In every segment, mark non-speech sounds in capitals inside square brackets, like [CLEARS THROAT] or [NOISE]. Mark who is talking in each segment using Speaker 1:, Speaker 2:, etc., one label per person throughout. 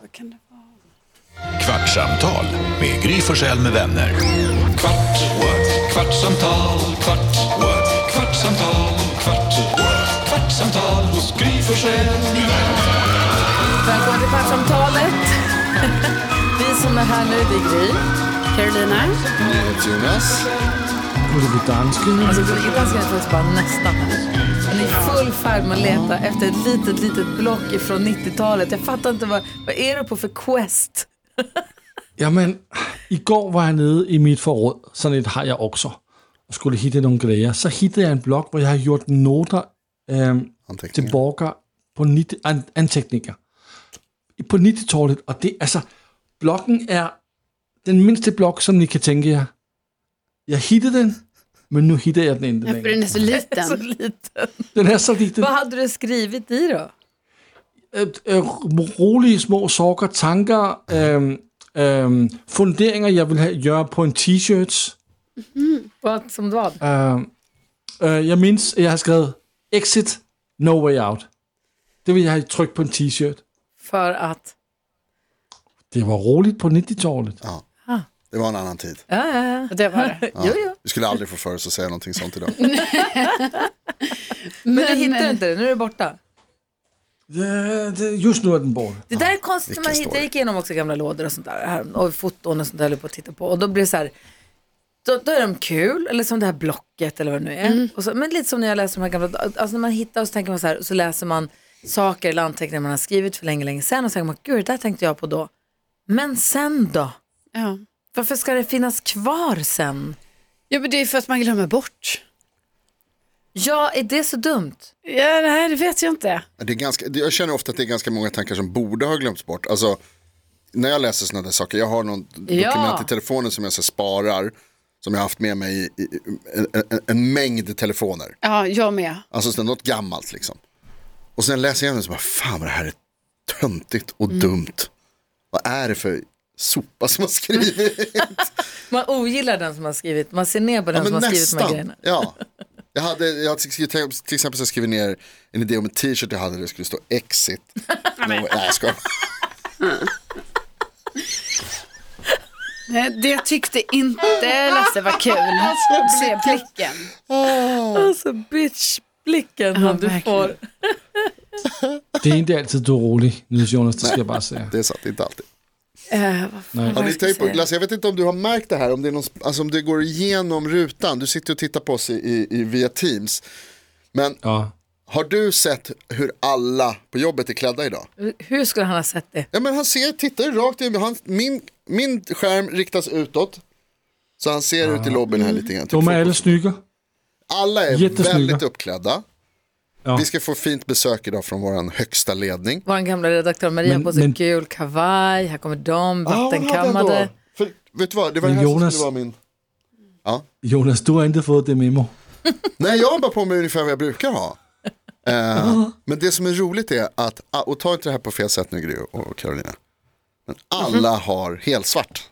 Speaker 1: vad kan det vara?
Speaker 2: Kvartsamtal med Gry Forssell med vänner. Kvart, what? kvartsamtal, kvart, what? kvartsamtal, kvart, what? kvartsamtal hos Gry Forssell med vänner.
Speaker 3: Välkommen till Kvartsamtalet. [LAUGHS] Vi som är här nu, det är Gry.
Speaker 1: Carolina?
Speaker 3: Alltså, det är ganska faktiskt bara nästan här. Hon är i full färd med att leta efter ett litet, litet block ifrån 90-talet. Jag fattar inte, vad, vad är du på för quest? [LAUGHS]
Speaker 4: Jamen, i går var jeg nede i mit forråd, sådan et har jeg også, og skulle hitte nogle glæder. Så hittede jeg en blog, hvor jeg har gjort noter øhm, til
Speaker 5: Anteckningar.
Speaker 4: borgere på 90, an, anteckninger på 90-tallet, og det altså, bloggen er den mindste blog, som ni kan tænke jer. Jeg hittede den, men nu hitter jeg den ikke
Speaker 1: Ja, för
Speaker 4: længere.
Speaker 1: den är [LAUGHS] så
Speaker 3: Så
Speaker 1: liten.
Speaker 3: liten.
Speaker 4: Den er så liten.
Speaker 3: Vad hade du skrivit i då?
Speaker 4: at, øh, rolige små sorger, tanker, øh, øh, funderinger, jeg vil have, gøre på en t-shirt.
Speaker 3: Vad som vad?
Speaker 4: Øh, øh, jeg mindes, at jeg har skrevet Exit, No Way Out. Det vil jeg have trykt på en t-shirt.
Speaker 3: För att...
Speaker 4: Det var roligt på 90-tallet.
Speaker 5: Ja.
Speaker 3: Ah.
Speaker 5: Det var en annan tid.
Speaker 3: Ja, ja, ja.
Speaker 1: Det var det.
Speaker 3: [LAUGHS] Jo, jo.
Speaker 5: Vi skulle aldrig få för oss att säga någonting sånt idag.
Speaker 3: Men, du hittar inte det, nu är det borta.
Speaker 4: Ja, det, just nu er den borte.
Speaker 3: Det där är konstigt när man
Speaker 5: vilken
Speaker 3: hittar,
Speaker 5: story.
Speaker 3: jag gick igenom också gamla lådor och sånt där här, och foton och sånt där jag höll på att titta på och då blir det så här, då, då är de kul, eller som det här blocket eller vad det nu är.
Speaker 5: Mm.
Speaker 3: Och så, men lite som när jag läser de här gamla, alltså när man hittar och så tänker man så här, så läser man saker eller anteckningar man har skrivit för länge, länge sedan och så tänker man, gud det där tänkte jag på då. Men sen då?
Speaker 1: Ja.
Speaker 3: Varför ska det finnas kvar sen?
Speaker 1: ja, men det är för att man glömmer bort.
Speaker 3: Ja, är det så dumt?
Speaker 1: Ja, det här vet jag inte.
Speaker 5: Det är ganska, det- jag känner ofta att det är ganska många tankar som borde ha glömts bort. Alltså, när jag läser sådana där saker, jag har någon
Speaker 3: Ja.
Speaker 5: dokument i telefonen som jag så här sparar, som jag har haft med mig i, i, en, en, en mängd telefoner.
Speaker 1: Ja, jag med.
Speaker 5: Alltså så något gammalt liksom. Och sen läser jag igenom det och så bara, fan vad det här är töntigt och dumt. Vad är det för sopa som har skrivit?
Speaker 3: Man ogillar den som har skrivit, man ser ner på den
Speaker 5: Ja,
Speaker 3: som
Speaker 5: men
Speaker 3: har skrivit de här
Speaker 5: nästan.
Speaker 3: grejerna.
Speaker 1: [LAUGHS]
Speaker 5: Ja. Jag hade, jag hade till till exempel så jag skrivit ner en idé om en t-shirt jag hade där det skulle stå
Speaker 1: [LAUGHS]
Speaker 5: exit. Nej, jag skojar.
Speaker 1: Nej, det tyckte inte Lasse var [LAUGHS] kul. Se blicken.
Speaker 3: Alltså bitch-blicken han du
Speaker 1: verkligen.
Speaker 3: får.
Speaker 4: Det er ikke altid, du er rolig, Niels Jonas, det skal jeg bare sige.
Speaker 5: Det är sant, inte alltid.
Speaker 1: Eh, vad fan
Speaker 4: Nej.
Speaker 1: var
Speaker 5: Har
Speaker 1: det
Speaker 5: ni
Speaker 1: jag skulle
Speaker 5: tänkt på,
Speaker 1: säga?
Speaker 5: Lasse, jag vet inte om du har märkt det här, om det, är någon, alltså om det går igenom rutan. Du sitter och tittar på oss i, i, i, via Teams. Men
Speaker 4: Ja.
Speaker 5: har du sett hur alla på jobbet är klädda idag?
Speaker 1: Mm.
Speaker 3: Hur skulle han ha sett det?
Speaker 5: Ja, men han ser, tittar ju rakt in. Han, min, min skärm riktas utåt. Så han ser ut i lobbyn här lite grann. typ
Speaker 4: Ah. De er alle snygger.
Speaker 5: Alla är
Speaker 4: Jättesnygga.
Speaker 5: väldigt uppklädda.
Speaker 4: Ja.
Speaker 5: Vi ska få fint besök idag från vår högsta ledning.
Speaker 3: Vår gamla redaktör Maria
Speaker 4: Men-
Speaker 3: har på sig
Speaker 4: men- Ah,
Speaker 3: gul kavaj, här kommer de,
Speaker 5: Ja, hon hade
Speaker 3: vattenkammade.
Speaker 5: ändå- För, vet du vad, det var det
Speaker 4: Men
Speaker 5: här
Speaker 4: Jonas-
Speaker 5: som skulle vara min...
Speaker 4: Jonas, du har ikke fået det memo.
Speaker 5: Nej, jag har bara på mig ungefär vad jag
Speaker 3: [LAUGHS]
Speaker 5: brukar ha. Eh, men det som är roligt är att, ah, och ta inte det här på fel sätt nu Gry och Carolina. Men alla
Speaker 3: Mhm.
Speaker 5: har helsvart.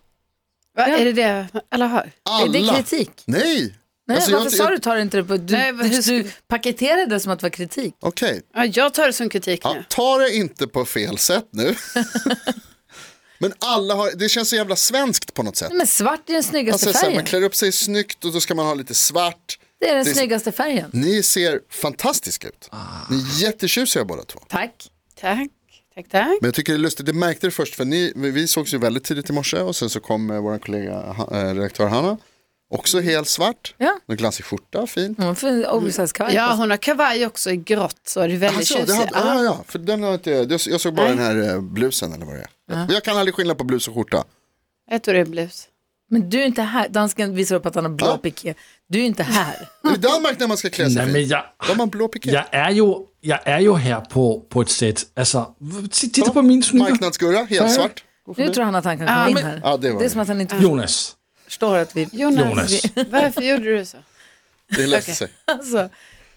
Speaker 1: Va, är det det alla har?
Speaker 3: Är
Speaker 5: Alla.
Speaker 3: det kritik?
Speaker 5: Nej.
Speaker 3: Nej,
Speaker 5: Alltså, jag
Speaker 3: varför
Speaker 5: har inte-
Speaker 3: sa
Speaker 5: jag-
Speaker 3: du tar inte det på... Du,
Speaker 1: Nej, vad- hur
Speaker 3: du paketerade det som att det var kritik.
Speaker 5: Okej,
Speaker 1: Ja, jag tar det som kritik
Speaker 5: ja,
Speaker 1: nu.
Speaker 5: ta det inte på fel sätt
Speaker 3: [LAUGHS]
Speaker 5: nu. men alla har, det känns så jävla svenskt på något sätt.
Speaker 3: Nej, men svart är den snyggaste
Speaker 5: Alltså, så här,
Speaker 3: färgen.
Speaker 5: man klär upp sig snyggt och då ska man ha lite svart.
Speaker 3: det är den
Speaker 5: det är så-
Speaker 3: snyggaste färgen.
Speaker 5: Ni ser fantastiska ut.
Speaker 3: Ah.
Speaker 5: Ni är jättetjusiga båda två.
Speaker 3: Tack.
Speaker 1: Tack, tack, tack.
Speaker 5: Men jag tycker det är lustigt, det märkte det först för ni, vi vi sågs ju väldigt tidigt i morse och sen så kom eh, vår kollega, ha- eh, redaktör Hanna, också helt svart,
Speaker 3: Ja. Mm.
Speaker 5: någon glansig skjorta, fin.
Speaker 3: Hon får en oversized kavaj
Speaker 1: Ja,
Speaker 3: på sig.
Speaker 1: hon har kavaj också i grått så är det väldigt
Speaker 5: Alltså, det
Speaker 1: tjusig.
Speaker 5: hade,
Speaker 3: Ah.
Speaker 1: Ja.
Speaker 5: ja, ja, för den har inte, jag, jag såg bara den här eh, blusen eller vad det är. Jag, jag kan aldrig skilja på blus och skjorta.
Speaker 1: Jag tror det är blus.
Speaker 3: Men du är inte här. Dansken visar upp att han har blå
Speaker 5: Ja.
Speaker 3: piké. Du är inte här.
Speaker 5: I Danmark när man ska klä sig
Speaker 4: Nej,
Speaker 5: fint,
Speaker 4: men jag,
Speaker 5: då har man blå piké.
Speaker 4: jeg, er jo, jeg er jo her på, på et sæt. Altså, titta på mine smykker.
Speaker 5: Marknadsgurra, helt svart.
Speaker 3: Nu tror han att han kan komma in här.
Speaker 5: ja, det var
Speaker 3: det är
Speaker 5: det.
Speaker 3: som att han inte
Speaker 4: Jonas.
Speaker 3: förstår att vi...
Speaker 1: Jonas,
Speaker 4: Jonas.
Speaker 1: [LAUGHS] varför gjorde du så?
Speaker 5: Det läser sig.
Speaker 3: Alltså,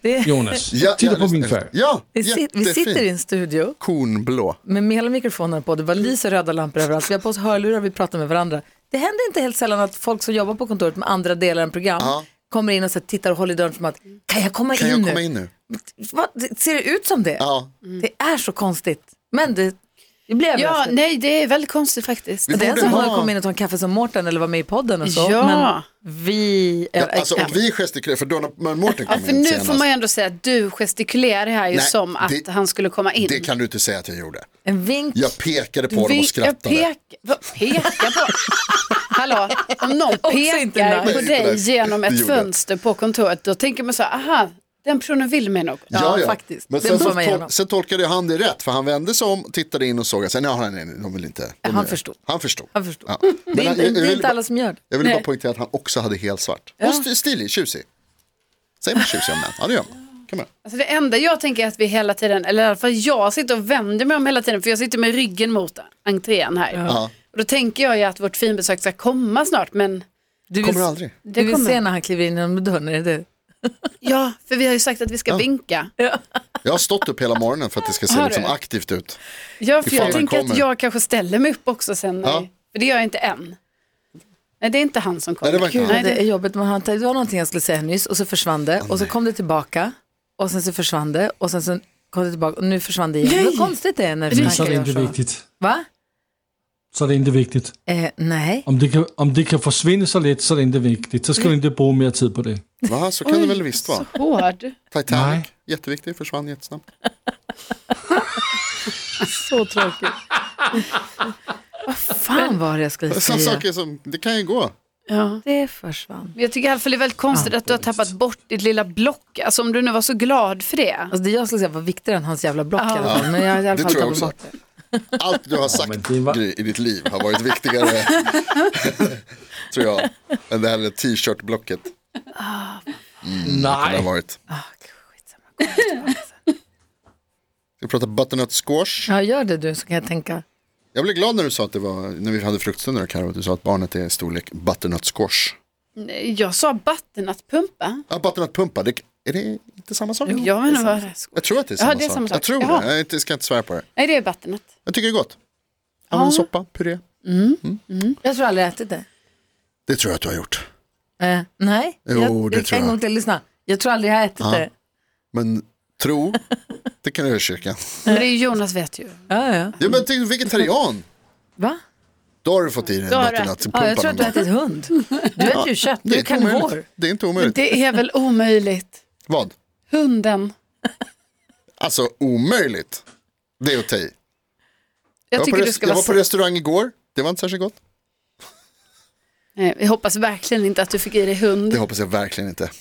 Speaker 3: det är,
Speaker 4: Jonas, titta på min färg.
Speaker 5: Ja,
Speaker 3: vi, sit, vi sitter i
Speaker 5: jättefin.
Speaker 3: en studio.
Speaker 5: Kornblå.
Speaker 3: med hela mikrofonerna på, det bara lyser röda lampor överallt, vi har på oss hörlurar, vi pratar med varandra. Det händer inte helt sällan att folk som jobbar på kontoret med andra delar än program
Speaker 5: Ja.
Speaker 3: kommer in och så här tittar och håller i dörren som att, kan jag komma,
Speaker 5: Kan
Speaker 3: in,
Speaker 5: jag
Speaker 3: nu?
Speaker 5: komma in nu?
Speaker 3: Vad, ser det ut som det?
Speaker 5: Ja.
Speaker 3: Det är så konstigt. Men det, Det blir
Speaker 1: Mm. Ja,
Speaker 3: ja,
Speaker 1: nej, det är väldigt konstigt faktiskt.
Speaker 5: Vi
Speaker 3: Det är
Speaker 5: borde
Speaker 3: en som
Speaker 5: ha-
Speaker 3: har kommit in och tagit en kaffe som Mårten eller var med i podden och så.
Speaker 1: Ja.
Speaker 3: Men vi...
Speaker 5: Ja, alltså, och vi gestikulerar, för Donna men Mårten
Speaker 1: Ja,
Speaker 5: kom
Speaker 1: för
Speaker 5: in
Speaker 1: nu
Speaker 5: senast.
Speaker 1: får man ju ändå säga att du gestikulerar här ju
Speaker 5: Nej,
Speaker 1: som att
Speaker 5: det-
Speaker 1: han skulle komma in.
Speaker 5: Det kan du inte säga att jag gjorde.
Speaker 3: En vink.
Speaker 5: Jag pekade på dem och
Speaker 1: jag
Speaker 5: skrattade.
Speaker 1: pek, vad pekar
Speaker 3: [LAUGHS]
Speaker 1: på? Hallå, om någon
Speaker 3: inte
Speaker 1: pekar
Speaker 3: nice.
Speaker 1: på
Speaker 5: Nej, inte
Speaker 1: dig
Speaker 5: nice.
Speaker 1: genom
Speaker 5: Det
Speaker 1: ett
Speaker 5: gjorde jag.
Speaker 1: fönster på kontoret, då tänker man så här, aha, den personen vill mig något.
Speaker 3: Ja, faktiskt.
Speaker 5: Men
Speaker 3: Det
Speaker 5: sen,
Speaker 3: får
Speaker 5: så,
Speaker 3: man göra.
Speaker 5: tol- sen tolkade han det rätt, för han vände sig om, tittade in och såg att sen, nej, nej, nej, de vill inte. De
Speaker 3: Han
Speaker 5: är-
Speaker 3: förstod.
Speaker 5: Han förstod.
Speaker 3: Han förstod.
Speaker 5: Ja. Men
Speaker 3: Det är
Speaker 5: han-
Speaker 3: inte,
Speaker 5: jag- jag
Speaker 3: det är
Speaker 5: vill
Speaker 3: inte
Speaker 5: bara-
Speaker 3: alla som gör det.
Speaker 5: Jag ville bara
Speaker 1: Nej.
Speaker 5: poängtera att han också hade helt svart. Och st- stilig, tjusig. Säger man tjusig om män? Ja, det gör man. Kan man.
Speaker 1: Alltså det enda jag tänker är att vi hela tiden, eller i alla fall jag sitter och vänder mig om hela tiden, för jag sitter med ryggen mot entrén här.
Speaker 5: Ja.
Speaker 1: Och då tänker jag ju att vårt finbesök ska komma snart, men
Speaker 3: Du vill,
Speaker 5: Kommer aldrig.
Speaker 3: Du vill
Speaker 1: kommer.
Speaker 3: se när han kliver in genom dörren, är det du?
Speaker 1: ja, för vi har ju sagt att vi ska vinka.
Speaker 5: Jag har stått upp hela morgonen för att det ska se
Speaker 1: Har
Speaker 5: liksom
Speaker 1: du?
Speaker 5: aktivt ut.
Speaker 1: Ja, för
Speaker 5: Ifall
Speaker 1: jag
Speaker 5: han
Speaker 1: tänker att
Speaker 5: kommer.
Speaker 1: jag kanske ställer mig upp också sen. när
Speaker 5: Ja.
Speaker 1: vi- För det gör jag inte än. Nej, det är inte han som kommer.
Speaker 5: Nej, det var inte han.
Speaker 1: Nej,
Speaker 3: Det är
Speaker 1: det-
Speaker 3: jobbigt, man har inte, det var någonting jag skulle säga nyss och så försvann det och så kom det tillbaka och sen så försvann det och sen så kom det tillbaka och nu försvann det igen. Vad konstigt det är när
Speaker 4: Men så
Speaker 3: tankar
Speaker 4: är det
Speaker 3: gör
Speaker 4: inte
Speaker 3: så.
Speaker 4: viktigt.
Speaker 3: Va?
Speaker 4: Så är det inte viktigt.
Speaker 3: Eh, nej.
Speaker 4: Om det, kan, om det kan försvinna så lätt så är det inte viktigt. Så ska vi inte bruka mer tid på det.
Speaker 5: Va? Så kan det väl visst vara.
Speaker 1: Så hård.
Speaker 5: Titanic,
Speaker 4: Nej.
Speaker 5: jätteviktig, försvann jättesnabbt.
Speaker 3: [LAUGHS] Så tråkigt. [LAUGHS] Vad fan var det jag skulle
Speaker 5: Sådana
Speaker 3: säga?
Speaker 5: saker som, det kan ju gå.
Speaker 1: Ja.
Speaker 3: Det försvann.
Speaker 1: Men jag tycker i alla fall det är väldigt konstigt att du har tappat bort ditt lilla block. Alltså om du nu var så glad för det.
Speaker 3: Alltså det jag skulle säga var viktigare än hans jävla block i alla fall. Men jag har i alla
Speaker 5: [LAUGHS] Det
Speaker 3: fall
Speaker 5: tror jag
Speaker 3: tagit bort det.
Speaker 5: Allt du har
Speaker 4: men
Speaker 5: sagt
Speaker 4: det var-
Speaker 5: Gry, i ditt liv har
Speaker 4: [LAUGHS]
Speaker 5: varit viktigare, tror jag, än det här lilla t-shirt-blocket. Mm, Det har
Speaker 4: Nej.
Speaker 5: varit. Ska vi prata butternut squash?
Speaker 3: Ja, gör det du så kan jag tänka.
Speaker 5: Jag blev glad när du sa att det var, när vi hade fruktstunder Karo, att du sa att barnet är storlek butternut squash.
Speaker 1: Nej, Jag sa butternattpumpa.
Speaker 5: Ja, butternut pumpa, det, är det inte samma sak?
Speaker 1: Jag menar vad det är.
Speaker 5: Jag tror att det är samma,
Speaker 1: Ja, det är samma
Speaker 5: sak.
Speaker 1: sak.
Speaker 5: Jag tror
Speaker 1: Jaha.
Speaker 5: det, jag är inte- ska inte svära på det.
Speaker 1: Nej, det är butternatt.
Speaker 5: Jag tycker det är gott. Använd soppa, puré.
Speaker 3: Jag tror aldrig jag ätit det.
Speaker 5: Det tror jag att du har gjort.
Speaker 3: Eh, nej.
Speaker 5: Jo,
Speaker 3: jag,
Speaker 5: det tror
Speaker 3: En
Speaker 5: jag.
Speaker 3: gång till, lyssna. Jag tror aldrig jag har ätit det.
Speaker 5: Men tro, det kan du göra i kyrkan.
Speaker 1: Men det är ju Jonas vet ju.
Speaker 3: Ja, ja.
Speaker 5: Ja, men tänk vegetarian,
Speaker 3: Va?
Speaker 5: då har du fått i dig
Speaker 1: Då
Speaker 5: en
Speaker 1: har du
Speaker 5: butternut pumpa.
Speaker 3: Ja, jag tror att du har ätit hund. Du äter ju kött, du är karnivor.
Speaker 5: Det är inte omöjligt.
Speaker 1: Det är väl omöjligt.
Speaker 5: Vad?
Speaker 1: Hunden.
Speaker 5: Alltså omöjligt. Det är att ta i.
Speaker 1: Jag,
Speaker 5: var på,
Speaker 1: tycker du
Speaker 5: rest-
Speaker 1: ska
Speaker 5: jag
Speaker 1: vara
Speaker 5: var på
Speaker 1: så.
Speaker 5: restaurang igår, det var inte särskilt gott.
Speaker 1: Nej, jag hoppas verkligen inte att du fick i dig hund.
Speaker 5: Det hoppas jag verkligen inte.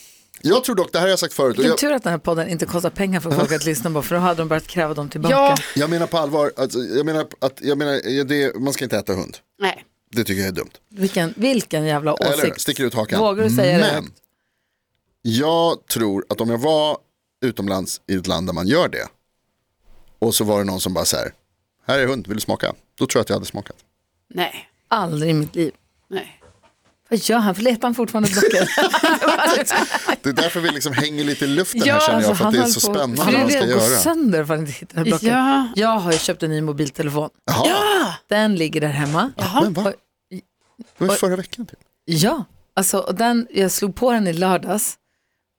Speaker 5: Jag tror dock, det här har jag sagt förut, och
Speaker 3: Vilken
Speaker 5: jag,
Speaker 3: tur att den här podden inte kostar pengar för folk att lyssna på, för då hade de börjat kräva dem tillbaka.
Speaker 1: Ja.
Speaker 5: jag menar på allvar, alltså, jag menar, att, jag menar det, man ska inte äta hund.
Speaker 1: Nej.
Speaker 5: Det tycker jag är dumt.
Speaker 3: Vilken, vilken jävla
Speaker 5: Eller hur?
Speaker 3: åsikt.
Speaker 5: sticker ut hakan.
Speaker 3: Vågar du säga det?
Speaker 5: Men, jag tror att om jag var utomlands i ett land där man gör det, och så var det någon som bara så här, här är hund, vill du smaka? Då tror jag att jag hade smakat.
Speaker 1: Nej.
Speaker 3: Aldrig i mitt liv.
Speaker 1: Nej.
Speaker 3: Vad gör han? Letar han fortfarande [LAUGHS] blocket?
Speaker 5: Det är därför vi liksom hänger lite i luften
Speaker 1: Ja,
Speaker 5: här känner jag,
Speaker 1: alltså,
Speaker 5: för att det är
Speaker 3: han
Speaker 5: så
Speaker 3: höll på-
Speaker 5: spännande
Speaker 3: Han
Speaker 5: vad
Speaker 3: har
Speaker 5: man ska
Speaker 3: redan gått
Speaker 5: göra.
Speaker 3: sönder för att han inte hittar det här blocket.
Speaker 1: Ja.
Speaker 3: Jag har ju köpt en ny mobiltelefon.
Speaker 5: Jaha,
Speaker 3: Den ligger där hemma.
Speaker 5: men va? Det var ju förra veckan typ.
Speaker 3: Ja, alltså, och den, jag slog på den i lördags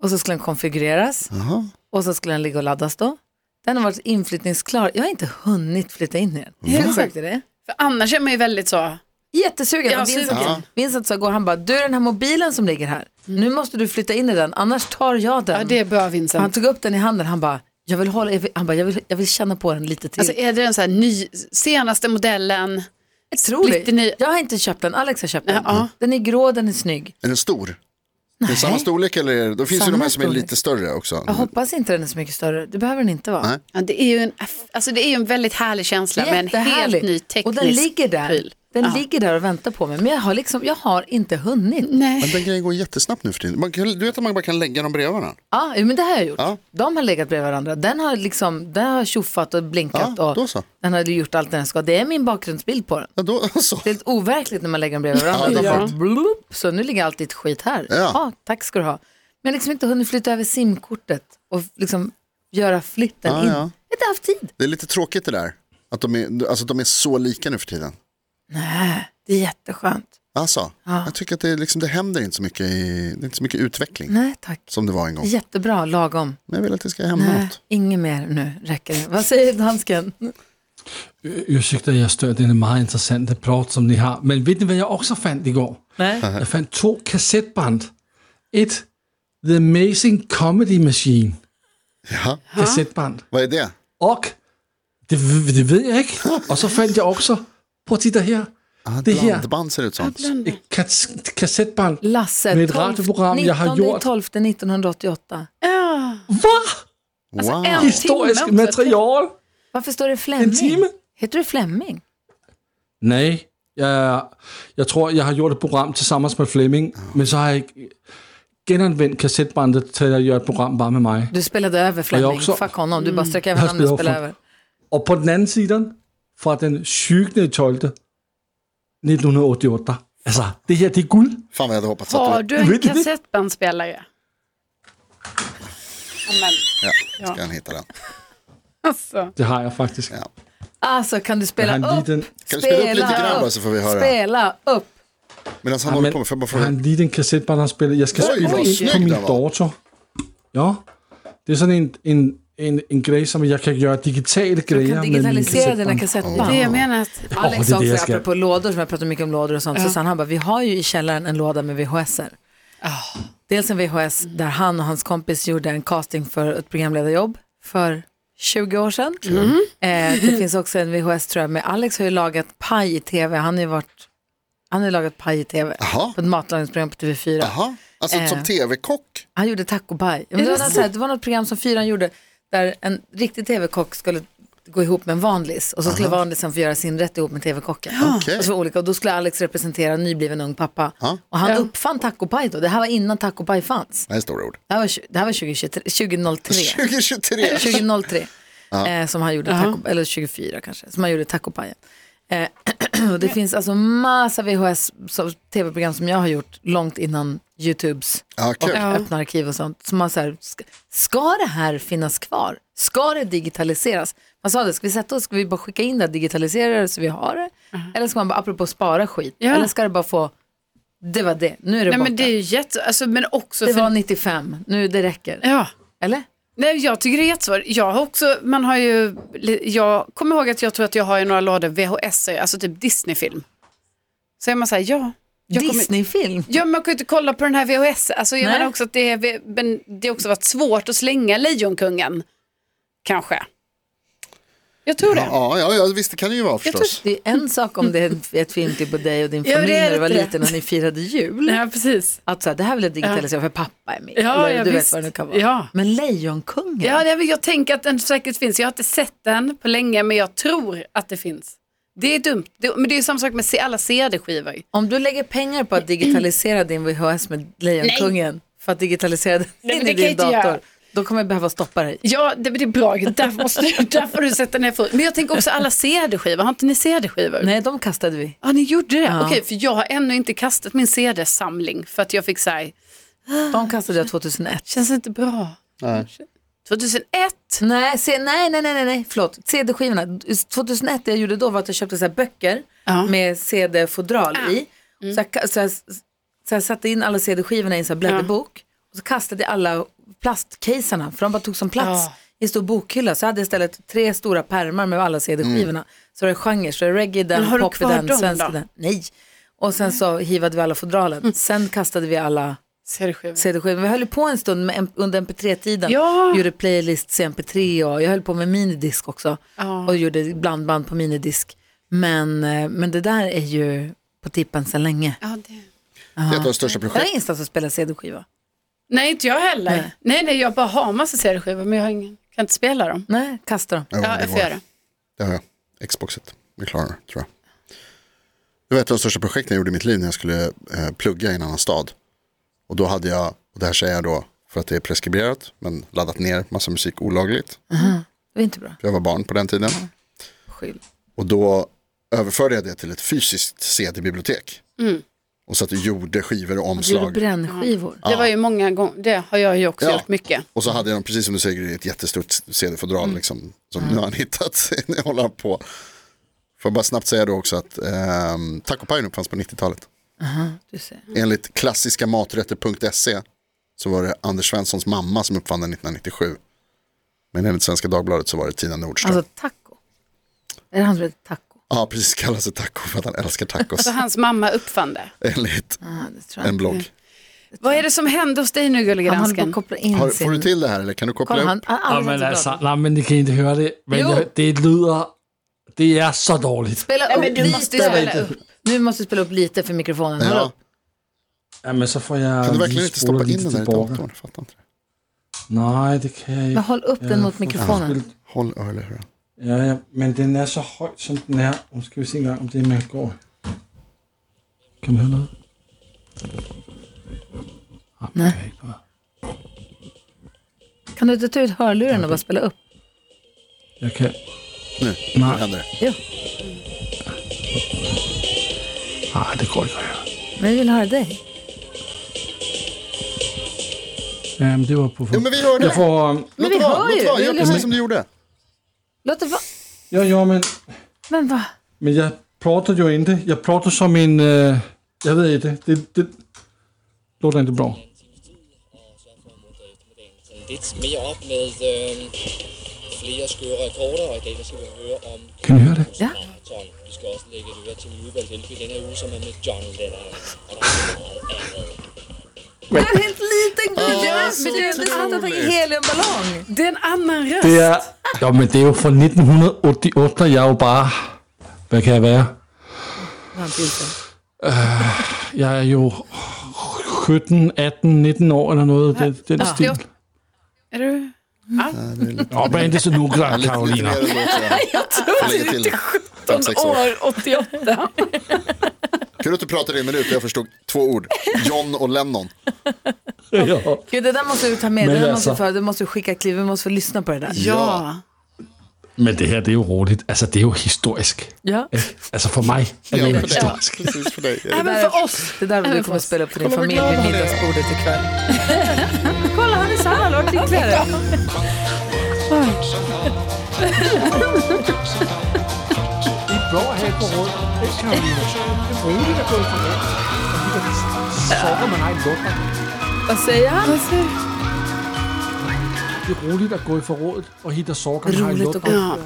Speaker 3: och så skulle den konfigureras
Speaker 5: Jaha.
Speaker 3: och så skulle den ligga och laddas då. Den har varit inflyttningsklar. Jag har inte hunnit flytta in i den. Hur sjukt är det?
Speaker 1: För annars är man ju väldigt så.
Speaker 3: Jättesugen.
Speaker 1: Ja,
Speaker 3: Och Vincent,
Speaker 5: sugen.
Speaker 3: Vincent sa går han bara, du den här mobilen som ligger här, nu måste du flytta in i den, annars tar jag den.
Speaker 1: Mm. Ja, det är bra Vincent.
Speaker 3: Han tog upp den i handen, han bara, jag vill, hålla, jag vill, han bara, jag vill, jag vill känna på den lite till.
Speaker 1: Alltså är det den så här ny, senaste modellen?
Speaker 3: jag, tror det.
Speaker 1: splitterny-
Speaker 3: jag har inte köpt den, Alex har köpt den.
Speaker 1: Ja.
Speaker 3: Den är grå, den är snygg.
Speaker 5: Är den stor? Är den samma storlek eller? är det- Då finns ju
Speaker 3: Samma
Speaker 5: de här som är
Speaker 3: storlek.
Speaker 5: lite större också.
Speaker 3: Jag hoppas inte den är så mycket större, det behöver den inte vara.
Speaker 5: Nej.
Speaker 1: Ja, det, är ju en, alltså, det är ju en väldigt härlig känsla med en helt
Speaker 3: Jättehärlig.
Speaker 1: ny teknisk
Speaker 3: Och den ligger där.
Speaker 1: pryl.
Speaker 3: Den ligger där och väntar på mig. Men jag har, liksom, jag har inte hunnit.
Speaker 1: Nej.
Speaker 5: Men den grejen går jättesnabbt nu för tiden. Man kan, du vet att man bara kan lägga dem bredvid varandra?
Speaker 3: Ja, jo, men det här har jag gjort.
Speaker 5: Ja.
Speaker 3: De har legat bredvid varandra. Den har liksom, den har tjoffat och blinkat
Speaker 5: Ja, då
Speaker 3: och
Speaker 5: så.
Speaker 3: den har gjort allt den ska. Det är min bakgrundsbild på den.
Speaker 5: Ja, då, [LAUGHS] så.
Speaker 3: Det är helt overkligt när man lägger dem bredvid varandra.
Speaker 5: Ja, det är
Speaker 3: De bara, bloop, så nu ligger allt ditt skit här.
Speaker 5: Ja.
Speaker 3: tack ska du ha. Men jag har liksom inte hunnit flytta över simkortet och liksom göra flytten
Speaker 5: Ja,
Speaker 3: in.
Speaker 5: ja.
Speaker 3: Jag har inte haft tid.
Speaker 5: Det är lite tråkigt det där. Att de är, alltså, de är så lika nu för tiden.
Speaker 3: Äh, Det är jätteskönt.
Speaker 5: Alltså, jag tycker att det, är liksom, det händer inte så mycket, i, det är inte så mycket utveckling
Speaker 3: Nej, tack.
Speaker 5: som det var en gång.
Speaker 3: Jättebra, lagom.
Speaker 5: Men jag vill att det ska hända
Speaker 3: Nej,
Speaker 5: något.
Speaker 3: inget mer nu räcker det. Vad säger dansken?
Speaker 4: Ø- Ursäkta, jag stör denna mycket intressanta prat som ni har. Men vet ni vad jag också fann igår? [LAUGHS]
Speaker 3: Nej.
Speaker 4: Jag fann två kassettband. Ett The Amazing Comedy Machine
Speaker 5: Jaha.
Speaker 4: kassettband.
Speaker 5: Vad är det?
Speaker 4: Och, det, v- det vet jag inte. Och så fann jag också, på titta här,
Speaker 5: Ah,
Speaker 4: Det här.
Speaker 5: blandband ser det ut som.
Speaker 4: ett kas- kassettband.
Speaker 3: Lasse,
Speaker 4: Med ett
Speaker 3: 12,
Speaker 4: radioprogram jag har
Speaker 3: 19,
Speaker 4: gjort.
Speaker 3: 12 1988.
Speaker 1: Ja.
Speaker 4: Va?
Speaker 5: Wow.
Speaker 1: en-
Speaker 4: Historiskt
Speaker 1: Timme också.
Speaker 4: material?
Speaker 3: Varför står det Flemming?
Speaker 4: timme?
Speaker 3: Heter du Flemming?
Speaker 4: Nej, jag, jag tror, jag har gjort ett program tillsammans med Flemming, men så har jag genanvänt kassettbandet till att göra ett program bara med mig.
Speaker 3: Du spelade över Flemming,
Speaker 4: också. Mm.
Speaker 3: fuck honom. Du bara sträcker över
Speaker 4: Jag
Speaker 3: handen och
Speaker 4: spelar
Speaker 3: spelar över.
Speaker 4: Och på den andra sidan, från den 20 12 1988. Alltså, det här det är guld.
Speaker 5: Fan vad jag hade hoppats
Speaker 1: Har
Speaker 5: att du...
Speaker 1: du en
Speaker 4: Vet du-
Speaker 1: kassettbandspelare? Ja, Men,
Speaker 5: Ja, ska han hitta den.
Speaker 1: alltså.
Speaker 4: Det har jag faktiskt.
Speaker 5: Ja.
Speaker 3: Alltså kan du spela
Speaker 4: jag har en
Speaker 3: upp?
Speaker 4: liten,
Speaker 5: Kan du spela upp lite grann bara så får vi höra?
Speaker 3: Spela upp.
Speaker 5: Medan han
Speaker 4: ja,
Speaker 5: håller
Speaker 4: men,
Speaker 5: på med, får jag bara
Speaker 4: jag har
Speaker 5: fråga.
Speaker 4: en liten kassettband han spelar. Jag ska
Speaker 5: Oj,
Speaker 4: spela
Speaker 5: vad
Speaker 4: in
Speaker 5: snygg
Speaker 4: på min
Speaker 5: den var.
Speaker 4: dator. Ja, det är sådan en, en, en, en grej som jag kan göra digitala
Speaker 3: Du
Speaker 4: grejer
Speaker 3: kan
Speaker 4: med min
Speaker 3: digitalisera dina
Speaker 1: Det är det
Speaker 3: kassettband.
Speaker 1: jag menar. Att,
Speaker 3: Alex
Speaker 4: det är
Speaker 3: sa
Speaker 4: det jag
Speaker 3: också,
Speaker 4: ska-
Speaker 3: apropå lådor, som jag pratat mycket om lådor och sånt, så sa han, han bara, vi har ju i källaren en låda med VHS-er.
Speaker 4: Ah.
Speaker 3: Dels en VHS där han och hans kompis gjorde en casting för ett programledarjobb för 20 år sedan.
Speaker 4: Mm.
Speaker 3: Eh, det finns också en VHS tror jag med Alex har ju lagat paj i tv. Han har ju varit, han har ju lagat paj i tv
Speaker 5: Jaha.
Speaker 3: på ett matlagningsprogram på TV4.
Speaker 5: Jaha, alltså
Speaker 3: Eh.
Speaker 5: som tv-kock?
Speaker 3: Han gjorde tacopaj. Men Det, var något så här- det var något program som fyran gjorde där en riktig tv-kock skulle gå ihop med en vanlis och så skulle vanlisen få göra sin rätt ihop med tv-kocken.
Speaker 5: Okej.
Speaker 3: Och, så var det olika. och då skulle Alex representera en nybliven ung pappa.
Speaker 5: Ja.
Speaker 3: Och han
Speaker 1: Ja.
Speaker 3: uppfann tacopaj då. Det här var innan tacopaj fanns.
Speaker 5: Det här är stora ord.
Speaker 3: Det här var, tju- det här var 2023, 2003.
Speaker 5: [LAUGHS] 2023.
Speaker 3: 2003 eh, som han gjorde, taco, eller 24 kanske, som han gjorde tacopajen. Eh, [CLEARS THROAT] och det finns alltså massa VHS som- tv-program som jag har gjort långt innan YouTubes
Speaker 5: Ja, kul.
Speaker 3: och öppna arkiv och sånt. Som man så här, ska, ska det här finnas kvar? Ska det digitaliseras? Man sa det, ska vi sätta oss, ska vi bara skicka in det, här, digitalisera det så vi har det? Eller ska man bara, apropå spara skit,
Speaker 1: Uh-huh. Ja.
Speaker 3: eller ska det bara få, det var det, nu är det
Speaker 1: nej,
Speaker 3: borta.
Speaker 1: men det är ju jätte... Alltså, men också
Speaker 3: det
Speaker 1: för...
Speaker 3: var 95, nu det räcker.
Speaker 1: Ja.
Speaker 3: Eller?
Speaker 1: Nej, jag tycker det är jättesvårt. Jag har också, man har ju, jag kommer ihåg att jag tror att jag har ju några lådor VHS, alltså typ Disney-film. Så är man så här, ja. Jag kommer-
Speaker 3: Disney-film.
Speaker 1: Ja, man kan ju inte kolla på den här VHS. Alltså, jag
Speaker 3: Nej.
Speaker 1: menar också att det, är- men det har också varit svårt att slänga Lejonkungen. Kanske. Jag tror det.
Speaker 5: Ja, ja, ja, visst det kan det ju vara förstås.
Speaker 3: Det är en sak om det
Speaker 1: [LAUGHS]
Speaker 3: är ett filmklipp på dig och din
Speaker 1: Ja,
Speaker 3: familj
Speaker 1: det är
Speaker 3: när du var
Speaker 1: lite det.
Speaker 3: liten och ni firade jul.
Speaker 1: Ja, precis.
Speaker 3: Att så här, det här vill jag digitalisera för pappa är med.
Speaker 1: Ja,
Speaker 3: Eller
Speaker 1: ja,
Speaker 3: du vet
Speaker 1: visst.
Speaker 3: vad det kan vara.
Speaker 1: Ja.
Speaker 3: Men Lejonkungen?
Speaker 1: Ja, nej, men jag tänker att den säkert finns. Jag har inte sett den på länge, men jag tror att det finns. Det är dumt, det, men det är ju samma sak med se- alla CD-skivor.
Speaker 3: Om du lägger pengar på att digitalisera din VHS med Lejonkungen för att digitalisera den
Speaker 1: Nej,
Speaker 3: [LAUGHS]
Speaker 1: men
Speaker 3: in
Speaker 1: det
Speaker 3: i
Speaker 1: kan jag
Speaker 3: din
Speaker 1: inte göra.
Speaker 3: dator, då kommer jag behöva stoppa dig.
Speaker 1: Ja, det, det är bra. Där, måste, du- där får du sätta ner foten. Men jag tänker också alla CD-skivor. Har inte ni CD-skivor?
Speaker 3: Nej, de kastade vi.
Speaker 1: Ja, ni gjorde det?
Speaker 3: Ja.
Speaker 1: Okej, för jag har ännu inte kastat min CD-samling för att jag fick säga,
Speaker 3: De kastade
Speaker 1: Alltså.
Speaker 3: jag 2001.
Speaker 1: känns inte bra. 2001?
Speaker 3: Nej, se, nej, nej, nej, nej, nej, förlåt. CD-skivorna. 2001, det jag gjorde då var att jag köpte så här böcker
Speaker 1: Ja. Ah. Mm.
Speaker 3: med CD-fodral i. Så, jag, ka- så, jag, så jag satte in alla CD-skivorna i en så här blädderbok. Och så kastade jag alla plastcaserna, för de bara tog som plats
Speaker 1: Ja.
Speaker 3: i en stor bokhylla. Så jag hade istället tre stora pärmar med alla CD-skivorna. Så det är genre, så det är reggae i
Speaker 1: Mm. Men
Speaker 3: den,
Speaker 1: har du
Speaker 3: pop i
Speaker 1: kvar
Speaker 3: den,
Speaker 1: dem
Speaker 3: svensk i
Speaker 1: då?
Speaker 3: den. Nej. Och sen så hivade vi alla fodralen.
Speaker 1: Mm.
Speaker 3: Sen kastade vi alla
Speaker 1: CD-skivor.
Speaker 3: CD-skivor. Vi höll ju på en stund med, under MP3-tiden.
Speaker 1: Ja.
Speaker 3: Gjorde playlists i MP3 och jag höll på med minidisk också.
Speaker 1: Ja.
Speaker 3: Och gjorde blandband på minidisk. Men, eh, men det där är ju på tippen sedan länge.
Speaker 1: Ja, det...
Speaker 5: Det är ett av de största
Speaker 3: Jag har
Speaker 5: projekten.
Speaker 3: ingenstans att spela CD-skiva.
Speaker 1: Nej, inte jag heller.
Speaker 3: Nej.
Speaker 1: Nej, nej, jag bara har massa CD-skivor men jag har ingen, kan inte spela dem.
Speaker 3: Nej, kasta dem.
Speaker 5: Jo,
Speaker 1: Ja,
Speaker 5: det
Speaker 1: jag får
Speaker 5: går.
Speaker 1: göra det.
Speaker 5: Det har jag. Xboxet. Vi klarar det, tror jag. Det var ett av de största projekten jag gjorde i mitt liv när jag skulle eh, plugga i en annan stad. Och då hade jag, och det här säger jag då för att det är preskriberat, men laddat ner massa musik olagligt.
Speaker 3: Det var inte bra.
Speaker 5: För jag var barn på den tiden.
Speaker 3: Skyll.
Speaker 5: Och då överförde jag det till ett fysiskt CD-bibliotek. Och så att jag gjorde
Speaker 3: Du
Speaker 5: skivor och
Speaker 3: Mm. gjorde
Speaker 5: omslag.
Speaker 3: brännskivor.
Speaker 1: Det var ju många gånger, det har jag ju också
Speaker 5: Ja.
Speaker 1: gjort mycket.
Speaker 5: Och så hade jag dem, precis som du säger, i ett jättestort CD-fodral liksom, som nu har han hittat. [LAUGHS] nu håller han på. Får jag bara snabbt säga då också att ehm, tacopajen uppfanns på 90-talet.
Speaker 3: Du ser.
Speaker 5: Enligt klassiska maträtter.se så var det Anders Svenssons mamma som uppfann den 1997. Men enligt Svenska Dagbladet så var det Tina Nordström.
Speaker 3: Alltså taco. Är det han som heter Taco?
Speaker 5: Ja, precis. Kallar sig taco för att han älskar tacos.
Speaker 1: Så hans mamma uppfann det.
Speaker 5: Enligt
Speaker 3: Ah, det tror jag.
Speaker 5: en blogg.
Speaker 1: Vad är det som händer hos dig nu gullige
Speaker 3: Han håller på att
Speaker 1: dansken?
Speaker 3: koppla in
Speaker 5: Har,
Speaker 3: sin...
Speaker 5: får du till det här eller kan du koppla
Speaker 3: Kolla,
Speaker 5: upp?
Speaker 3: han, han,
Speaker 4: Ja,
Speaker 3: han,
Speaker 4: men
Speaker 3: han,
Speaker 4: altså, nej, men ni kan inte höra det. Men
Speaker 3: Jo.
Speaker 4: jag, det lyder, det är så dåligt.
Speaker 3: Spela
Speaker 1: Nej,
Speaker 3: upp
Speaker 1: men du
Speaker 3: lite.
Speaker 1: måste spela upp.
Speaker 3: Nu måste du spela upp lite för mikrofonen. Hör
Speaker 5: Ja.
Speaker 3: upp.
Speaker 4: Ja, men så får jag
Speaker 5: Kan du verkligen
Speaker 4: lige
Speaker 5: inte
Speaker 4: spole
Speaker 5: stoppa in
Speaker 4: lite
Speaker 5: den där i
Speaker 4: tillbaka.
Speaker 5: datorn? Jag fattar inte. det.
Speaker 4: Nej, det kan jag
Speaker 3: Men
Speaker 4: inte.
Speaker 3: håll upp den mot mikrofonen.
Speaker 5: Håll öronen.
Speaker 4: Ja, ja, men den är så hög som den är. Nu ska vi se en gång om det är med att gå. Kan man höra något? Ah,
Speaker 3: Nej.
Speaker 4: kan jag ikke høre.
Speaker 3: Kan du inte ta ut hörluren och bara spela upp?
Speaker 4: Jag kan...
Speaker 5: Nu, nu
Speaker 4: Nej.
Speaker 5: händer det.
Speaker 3: Jo,
Speaker 4: Ah, det går inte att höra.
Speaker 3: men vi vill höra dig.
Speaker 4: Ja, men det var på...
Speaker 5: Jo, men vi hörde
Speaker 4: Jag
Speaker 5: det.
Speaker 4: får... øhm,
Speaker 5: Låt
Speaker 3: vi
Speaker 5: det vara,
Speaker 3: hör
Speaker 5: låt
Speaker 3: ju,
Speaker 5: det vara.
Speaker 3: vi
Speaker 5: Gör
Speaker 3: vill
Speaker 5: precis
Speaker 3: höra.
Speaker 5: som du gjorde.
Speaker 3: Låt det vara.
Speaker 4: Jo, jo, men...
Speaker 3: Men va?
Speaker 4: Men jeg prater jo ikke. Jeg prater som en... Øh, jeg ved ikke det. Det, det låter ikke bra.
Speaker 6: lidt mere op med øh, flere skøre rekorder, og i dag der skal vi høre om
Speaker 4: Kan I høre det?
Speaker 3: Ja.
Speaker 6: maraton. Vi skal også lægge et øre til min udvalgte hjælp i denne her uge, som er med John Lennon. Og der er meget andet.
Speaker 3: Det är en helt liten grej.
Speaker 5: Ja,
Speaker 3: Ja,
Speaker 5: så
Speaker 3: Ah, men det är som att han har tagit
Speaker 5: otroligt.
Speaker 3: heliumballong.
Speaker 1: Det är en annan röst.
Speaker 4: Det er... Jo, men det er jo fra 1988, og jeg er jo bare... Hvad kan jeg være?
Speaker 3: Han tillsatt.
Speaker 4: Jeg er jo 17, 18, 19 år eller noget. Det, den stil.
Speaker 1: Är du?
Speaker 4: Åh, men det er så nu, Karolina.
Speaker 5: Lite mer än
Speaker 3: [LAUGHS]
Speaker 5: låt, ja. Får lägga till fem, sex år.
Speaker 1: År 88.
Speaker 5: Kul att du pratade i en minut och jag förstod två ord. John och Lennon.
Speaker 4: Ja.
Speaker 3: Gud, det där måste du ta med.
Speaker 4: Men
Speaker 3: Det där
Speaker 4: alltså-
Speaker 3: måste du, för, det måste du skicka kliv. Vi måste få lyssna på det där.
Speaker 1: Ja.
Speaker 4: Men det her, det er jo roligt. Altså, det er jo historisk.
Speaker 3: Ja.
Speaker 4: ikke? Altså, for mig er det jo historisk.
Speaker 5: Precis för dig.
Speaker 1: Även
Speaker 3: där-
Speaker 1: för oss.
Speaker 3: Det där
Speaker 1: Även
Speaker 3: du
Speaker 1: för
Speaker 3: kommer
Speaker 1: oss.
Speaker 3: spela upp för din
Speaker 5: Kolla vad
Speaker 3: familj
Speaker 5: glad
Speaker 3: vid
Speaker 5: han är.
Speaker 3: middagsbordet ikväll. [LAUGHS] Kolla, han är så här. Han har varit lyckligare. Vad säger han?
Speaker 4: Det er roligt at gå i forrådet og hitte sorger.
Speaker 3: Roligt och gott.
Speaker 1: Ja.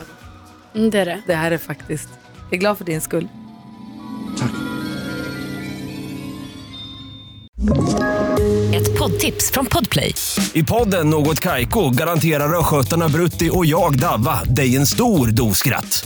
Speaker 1: Mm, Det är det.
Speaker 3: Det här är faktiskt... Jag är glad för din skull.
Speaker 4: Tak.
Speaker 7: Ett poddtips från Podplay.
Speaker 8: I podden Något Kaiko garanterar östgötarna Brutti och jag, Davva, dig en stor dos skratt.